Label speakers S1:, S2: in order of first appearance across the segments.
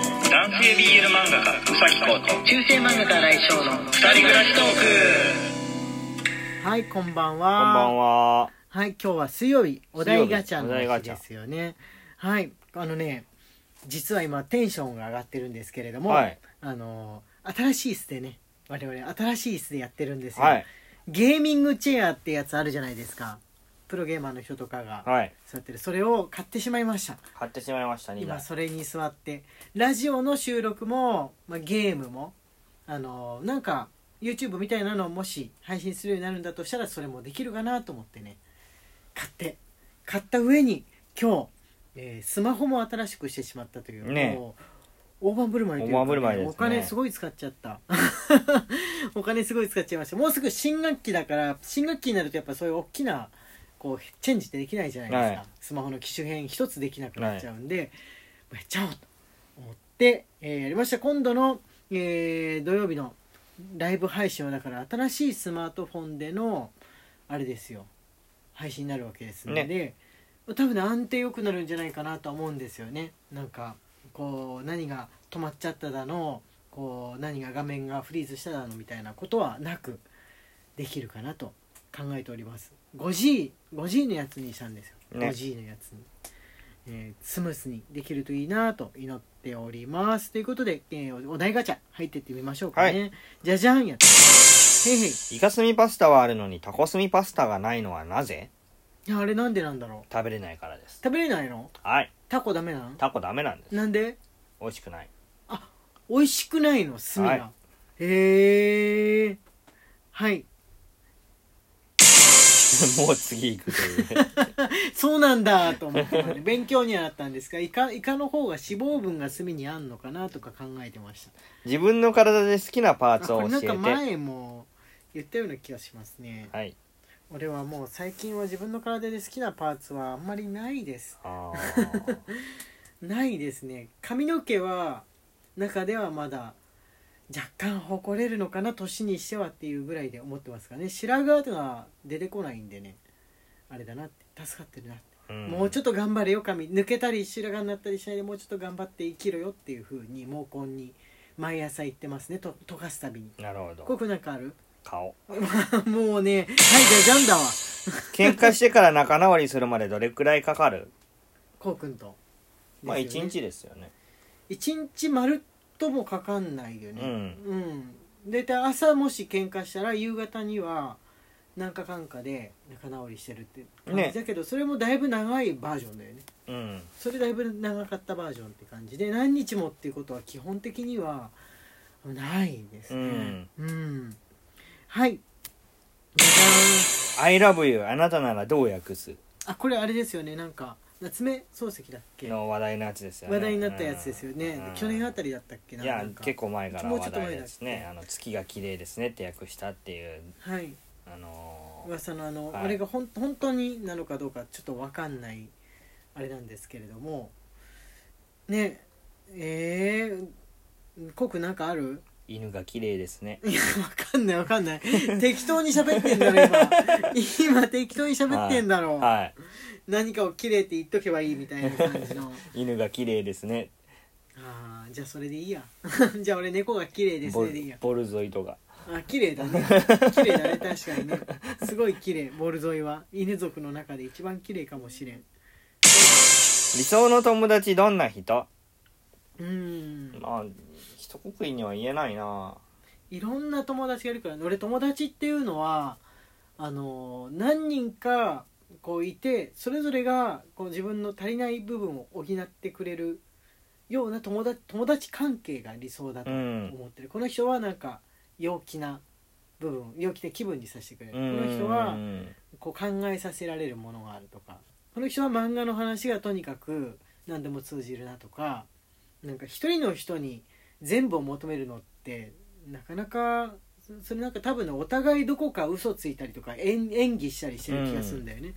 S1: 系 BL 漫画家うさきこと
S2: 中世漫画家来翔の
S1: 二人暮らしトー
S2: はいこんばんは
S3: こんばんは。
S2: はい今日は水曜日お題ガチャ
S3: 水曜日お
S2: の
S3: 題ガ
S2: 日
S3: チャ
S2: ですよねはいあのね実は今テンションが上がってるんですけれども、
S3: はい。
S2: あの新しい椅子でね我々新しい椅子でやってるんですよ、
S3: はい。
S2: ゲーミングチェアってやつあるじゃないですかプロゲーマーの人とかが
S3: はい。
S2: 座ってるそれを買ってしまいました
S3: 買ってしまいました、2
S2: 今
S3: 台。
S2: それに座ってラジオの収録も、まあ、ゲームもあのなんか YouTube みたいなのをもし配信するようになるんだとしたらそれもできるかなと思ってね買って買った上に今日、えースマホも新しくしてしまったという、
S3: ね
S2: もう大盤振る舞いという
S3: 大盤振る舞いですね
S2: お金すごい使っちゃった お金すごい使っちゃいましたもうすぐ新学期だから新学期になるとやっぱそういう大きなこうチェンジってできないじゃないですか、
S3: はい
S2: スマホの機種変一つできなくなっちゃうんで、やっちゃおうと思って、えーやりました今度の、えー土曜日のライブ配信はだから新しいスマートフォンでのあれですよ配信になるわけですので、多分ね安定良くなるんじゃないかなとは思うんですよねなんかこう何が止まっちゃっただのこう何が画面がフリーズしただのみたいなことはなくできるかなと考えております 5G5G のやつにしたんですよ、
S3: ね
S2: 5G のやつに、えースムースにできるといいなと祈っておりますということで、えーお題ガチャ入ってってみましょうかね、
S3: は
S2: じゃじゃんやつへいへい
S3: イカスミパスタはあるのにタコスミパスタがないのはなぜ
S2: いやあれなんでなんだろう
S3: 食べれないからです。
S2: 食べれないの
S3: はい。
S2: タコダメなの
S3: タコダメなんです。
S2: なんで
S3: 美味しくない。
S2: 美味しくないの炭が、
S3: はい
S2: へえはい
S3: もう次行くという。
S2: そうなんだと思って、ね、勉強にはなったんですがイカイカの方が脂肪分が炭にあんのかなとか考えてました
S3: 自分の体で好きなパー
S2: あ
S3: ツ
S2: これ
S3: を教
S2: な
S3: え
S2: ん
S3: て。
S2: か
S3: は
S2: 前も言ったような気がしますね
S3: い。
S2: 俺はもう最近は自分の体で好きなパーツはあんまりないです
S3: あ
S2: ないですね髪の毛は中ではまだ若干誇れるのかな年にしてはっていうぐらいで思ってますからね白髪が出てこないんでねあれだなって助かってるなって、
S3: ーん
S2: もうちょっと頑張れよ髪抜けたり白髪になったりしないでもうちょっと頑張って生きろよっていう風に毛根に毎朝言ってますねと溶かすたびに
S3: なるほ
S2: コ
S3: ど。
S2: ウくんなんかある
S3: 顔。
S2: もうねはいじゃあジャンだわ
S3: 喧嘩してから仲直りするまでどれくらいかかる
S2: コウくんと
S3: まあ
S2: です
S3: 1
S2: よね
S3: 日ですよね。
S2: 一日まるっともかかんないよ
S3: う
S2: ね、
S3: ん。
S2: うん大体朝もし喧嘩したら夕方には何かかんかで仲直りしてるって感じ
S3: ね
S2: だけど、それもだいぶ長いバージョンだよね
S3: うん。
S2: それだいぶ長かったバージョンって感じで何日もっていうことは基本的にはないですねうん、はいじゃじゃ
S3: I love you あなたならどう訳す
S2: ーんあこれあれですよねなんか夏目漱石だっけ
S3: の話題のやつですよね。
S2: 話題になったやつですよね、
S3: うん
S2: 去年あたりだったっけない
S3: や
S2: なんか
S3: 結構前から
S2: もうちょ
S3: 話
S2: っと前
S3: 題
S2: だっけ
S3: ですね「あの月が綺麗ですね」って訳したっていう
S2: はい
S3: あのー
S2: 噂のあの、
S3: はい
S2: あれがほん本当になのかどうかちょっと分かんないあれなんですけれどもねえー、コウ君なんかある
S3: 犬が綺麗ですね
S2: いや分かんない分かんない適当に喋ってんだろ 今今適当に喋ってんだろ、
S3: は
S2: 何かを綺麗って言っとけばいいみたいな感じ の
S3: い犬が綺麗ですね
S2: あーじゃあそれでいいや じゃあ俺猫が綺麗です
S3: ボ
S2: ね
S3: ル
S2: でいいや
S3: ボルゾイとか
S2: あ綺麗だね綺麗だね確かに ねすごい綺麗ボール沿いは犬族の中で一番綺麗かもしれん
S3: 理想の友達どんな人
S2: うん
S3: まあ一国には言えないない
S2: ろんな友達がいるからね俺友達っていうのはあの何人かこういてそれぞれがこう自分の足りない部分を補ってくれるような友達友達関係が理想だと
S3: うん
S2: 思ってる、この人はなんか陽気な部分陽気な気分にさせてくれる、この人
S3: う
S2: は
S3: ん
S2: こう考えさせられるものがあるとかこの人は漫画の話がとにかく何でも通じるなとかなんか一人の人に全部を求めるのってなかなかそそれなんか多分ねお互いどこか嘘ついたりとか演演技したりしてる気がするんだよね、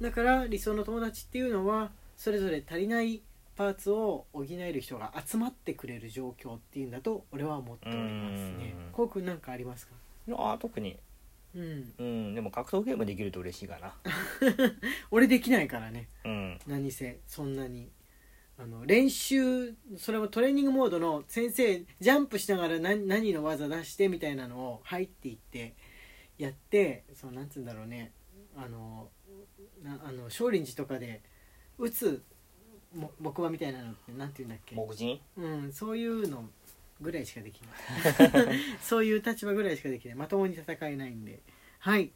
S2: だから理想の友達っていうのはそれぞれ足りないパーツを補える人が集まってくれる状況っていうんだと俺は思っておりますね
S3: うん
S2: こうくんなんかありますか
S3: ああ特に
S2: うん
S3: うんでも格闘ゲームできると嬉しいかな
S2: 俺できないからね
S3: うん
S2: 何せそんなにあの練習それもトレーニングモードの先生ジャンプしながら何何の技出してみたいなのを入っていってやってそのなんつうんだろうねあのなあの少林寺とかで打つも木馬みたいなのってなんて言うんだっけ、
S3: 僕人
S2: うん、そういうのぐらいしかできないそういう 立場ぐらいしかできないまともに戦えないんではい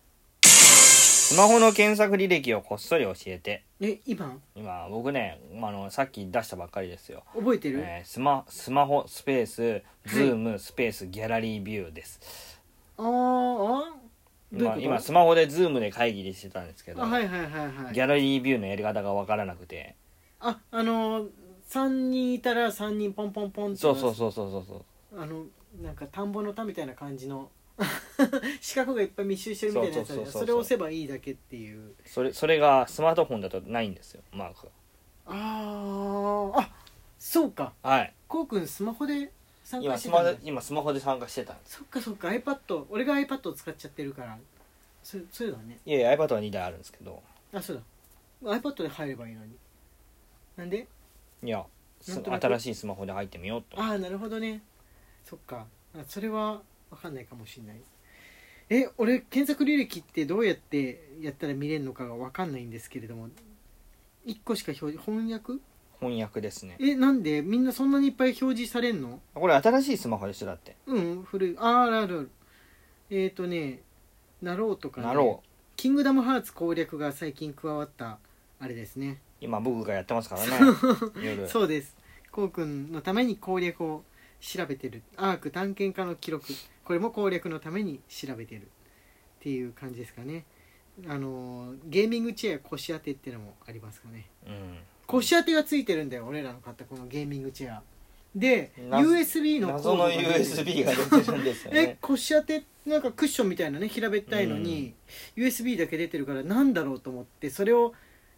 S3: スマホの検索履歴をこっそり教えて
S2: え今
S3: 今僕ねまああのさっき出したばっかりですよ、
S2: 覚えてる、
S3: えースマスマホスペースズームスペースギャラリービューです
S2: あーあーどういう
S3: ま
S2: こ
S3: あ、
S2: と
S3: 今スマホでズームで会議してたんですけど、
S2: あはいはいはいはい
S3: ギャラリービューのやり方が分からなくて
S2: ああのー、3人いたら3人ポンポンポンって
S3: そうそうそうそうそうそう
S2: あのなんか田んぼの田みたいな感じの 四角がいっぱい密集してるみたいなやつあるじゃん
S3: そうそうそうそう
S2: それを押せばいいだけっていう
S3: それそれがスマートフォンだとないんですよマーク
S2: あーあそうか
S3: がはい
S2: こうくんスマホで参加
S3: 今
S2: し
S3: ス
S2: て
S3: マ
S2: たん
S3: ホ
S2: だ
S3: で今スマホで参加してたんです
S2: そっかそっか iPad 俺が iPad を使っちゃってるからそそうだね
S3: いやいや iPad は2台あるんですけど
S2: あそうだ iPad で入ればいいのになんで
S3: いやす
S2: なんとなく
S3: 新しいスマホで入ってみようと
S2: ああなるほどねそっかあそれは分かんないかもしれないえ俺検索履歴ってどうやってやったら見れるのかが分かんないんですけれども1個しか表示翻訳
S3: 翻訳ですね
S2: えなんでみんなそんなにいっぱい表示されんの
S3: これ新しいスマホでしょだって
S2: うん古いあーあるあるあるえっ、ー、とねなろうとか、ね、
S3: なろう
S2: キングダムハーツ攻略が最近加わったあれですね
S3: 今僕がやってますか らね夜
S2: そうですこうくんのために攻略を調べてるアーク探検家の記録これも攻略のために調べてるっていう感じですかねあのーゲーミングチェア腰当てってのもありますかね
S3: うん
S2: 腰当てがついてるんだよ俺らの買ったこのゲーミングチェアで
S3: な
S2: USB のコー
S3: 謎
S2: ド
S3: の
S2: が出てる
S3: USB が出てるんですよ
S2: え
S3: ね
S2: 腰当てなんかクッションみたいなね平べったいのに、USB だけ出てるからなんだろうと思ってそれを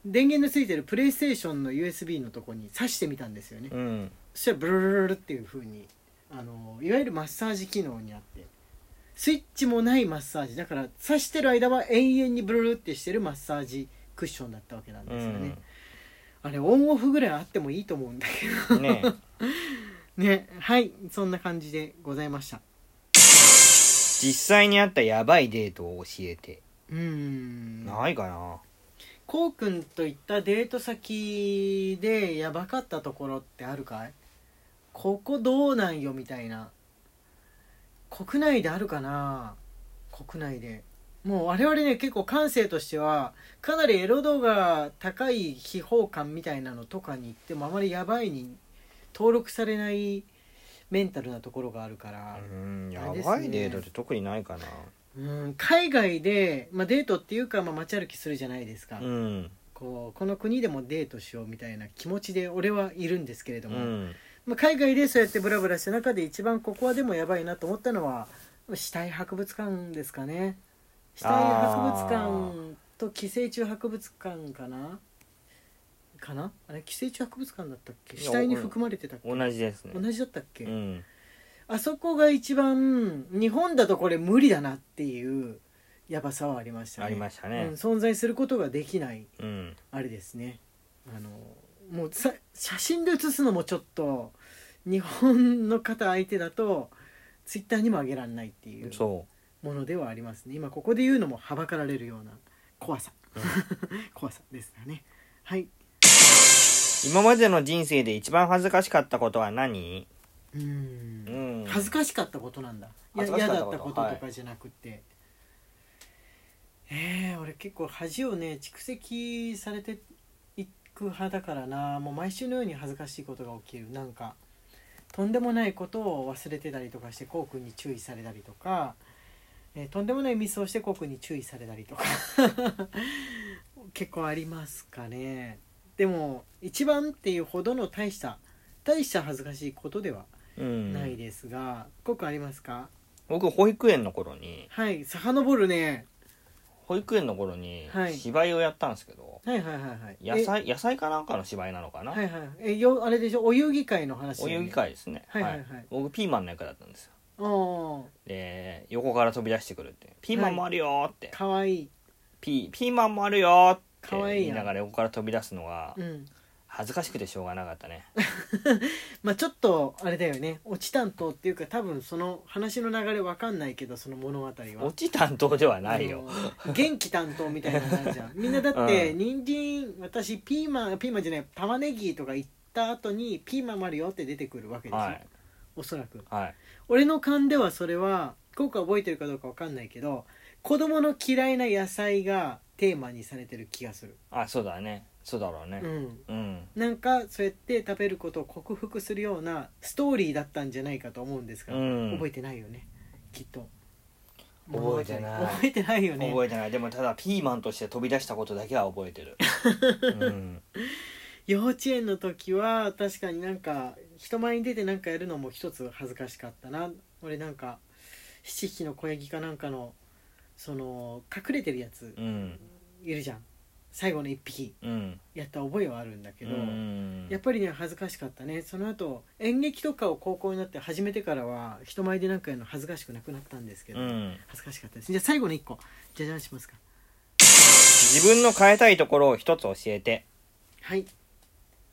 S2: 電源のついてるプレイステーションの USB のとこに挿してみたんですよね、
S3: うん
S2: そしたらブルルルルっていう風にあのいわゆるマッサージ機能になってスイッチもないマッサージだから刺してる間は永遠にブルルってしてるマッサージクッションだったわけなん
S3: う
S2: ですよね
S3: ん、
S2: あれオンオフぐらいあってもいいと思うんだけ
S3: ね
S2: どねはいそんな感じでございました
S3: 実際にあったやばいデートを教えて
S2: うーん
S3: ないかな
S2: こうくんと行ったデート先でやばかったところってあるかいここどうなんよみたいな国内であるかな国内でもう我々ね結構感性としてはかなりエロ度が高い秘宝館みたいなのとかに行ってもあまりやばいに登録されないメンタルなところがあるから、
S3: うんや
S2: あれですね
S3: ばいデートって特にないか
S2: うん、海外で、まあ、デートっていうか、まあ、街歩きするじゃないですか、
S3: なうん
S2: こうこの国でもデートしようみたいな気持ちで俺はいるんですけれ
S3: う
S2: ども、
S3: ん
S2: まあ、海外でそうやってブラブラした中で一番ここはでもやばいなと思ったのは死体博物館ですかね死体博物館と寄生虫博物館かなかなあれ寄生虫博物館だったっけ
S3: いや
S2: 死体に含まれてたっけ
S3: 同じですね
S2: 同じだったっけ、
S3: うん
S2: あそこが一番日本だとこれ無理だなっていうやばさはありましたね
S3: ありました
S2: う
S3: ね
S2: ん、存在することができない
S3: うん
S2: あれですねあのもうさ写真で写すのもちょっと日本の方相手だとツイッターにも上げられないっていう
S3: そ
S2: ものではありますね今ここで言うのもはばかられるような怖さ、 怖さですかねはい、
S3: う今までの人生で一番恥ずかしかったことは何
S2: う
S3: うんん
S2: 恥ずかしかったことなんだや
S3: 恥ずかし
S2: 嫌
S3: かっ
S2: だ
S3: た
S2: っ
S3: こと
S2: たこととかじゃなくて、えー俺結構恥をね蓄積されていく派だからなもう毎週のように恥ずかしいことが起きるなんかとんでもないことを忘れてたりとかしてこうくんに注意されたりとか、えーとんでもないミスをしてこうくんに注意されたりとか 結構ありますかねでも一番っていうほどの大した大した恥ずかしいことでは
S3: うん
S2: ないですが、ごくありますか
S3: 僕保育園の頃に
S2: はい遡るね
S3: 保育園の頃に
S2: はい
S3: 芝居をやったんですけど
S2: はいはいはいはい
S3: 野菜野菜かなんかの芝居なのか
S2: え
S3: な
S2: はいはいえよあれでしょお遊戯会の話
S3: お
S2: だよね、
S3: 遊戯会ですね
S2: はいはいはい
S3: 僕ピーマンの役だったんですよ
S2: お
S3: で横から飛び出してくるって「ピーマンもあるよ」って
S2: ーかわいい
S3: ピーピーマンもあるよーって
S2: かわいい
S3: 言い
S2: やん
S3: ながら横から飛び出すのが
S2: うん
S3: 恥ずかしくてしょうがなかったね
S2: まあちょっとあれだよねオチ担当っていうか多分その話の流れわかんないけどその物語は
S3: オチ担当ではないよ
S2: あの元気担当みたいなのあるじ ゃんみんなだって人参私ピーマンピーマンじゃない玉ねぎとか言った後にピーマンもあるよって出てくるわけですよ、
S3: はい
S2: おそらく
S3: はい
S2: 俺の勘ではそれは効果覚えてるかどうかわかんないけど子供の嫌いな野菜がテーマにされてる気がする、
S3: あそうだねそうだろうね
S2: うん、
S3: うん、
S2: なんかそうやって食べることを克服するようなストーリーだったんじゃないかと思うんですが、
S3: うん
S2: 覚えてないよねきっと
S3: 覚えてない
S2: 覚えてないよね
S3: 覚えてないでもただピーマンとして飛び出したことだけは覚え てる、うん、
S2: 幼稚園の時は確かになんか人前に出てなんかやるのも一つ恥ずかしかったな俺なんか七匹の小ヤギかなんかのその隠れてるやつ
S3: うん
S2: いるじゃん最後の一匹
S3: うん
S2: やった覚えはあるんだけど、
S3: うん
S2: やっぱりね恥ずかしかったねその後演劇とかを高校になって始めてからは人前でなんかやるの恥ずかしくなくなったんですけど、
S3: うん
S2: 恥ずかしかったですじゃあ最後の一個じゃじゃんしますか
S3: 自分の変えたいところを一つ教えて
S2: はい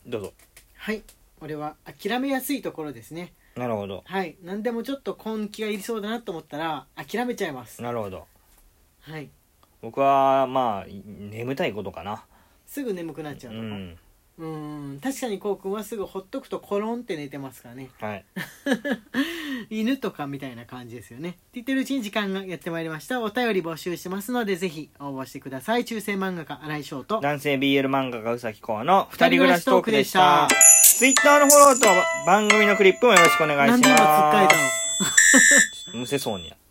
S3: どうぞ
S2: はい俺は諦めやすいところですね
S3: なるほど
S2: はい何でもちょっと根気がいりそうだなと思ったら諦めちゃいます
S3: なるほど
S2: はい
S3: 僕はまあ眠たいことかな
S2: すぐ眠くなっち
S3: う
S2: ゃうとか
S3: ん
S2: うんん確かにこうくんはすぐほっとくとコロンって寝てますからね
S3: はい
S2: 犬とかみたいな感じですよね。って言ってるうちに時間がやってまいりました。お便り募集してますので、ぜひ応募してください。中世漫画家、荒井翔と。
S3: 男性 BL 漫画家うさきこうの二人暮らしトークでしたツイッターのフォローと番組のクリップもよろしくお願いし
S2: な
S3: ます
S2: んで今つっかえたの
S3: むせそうになった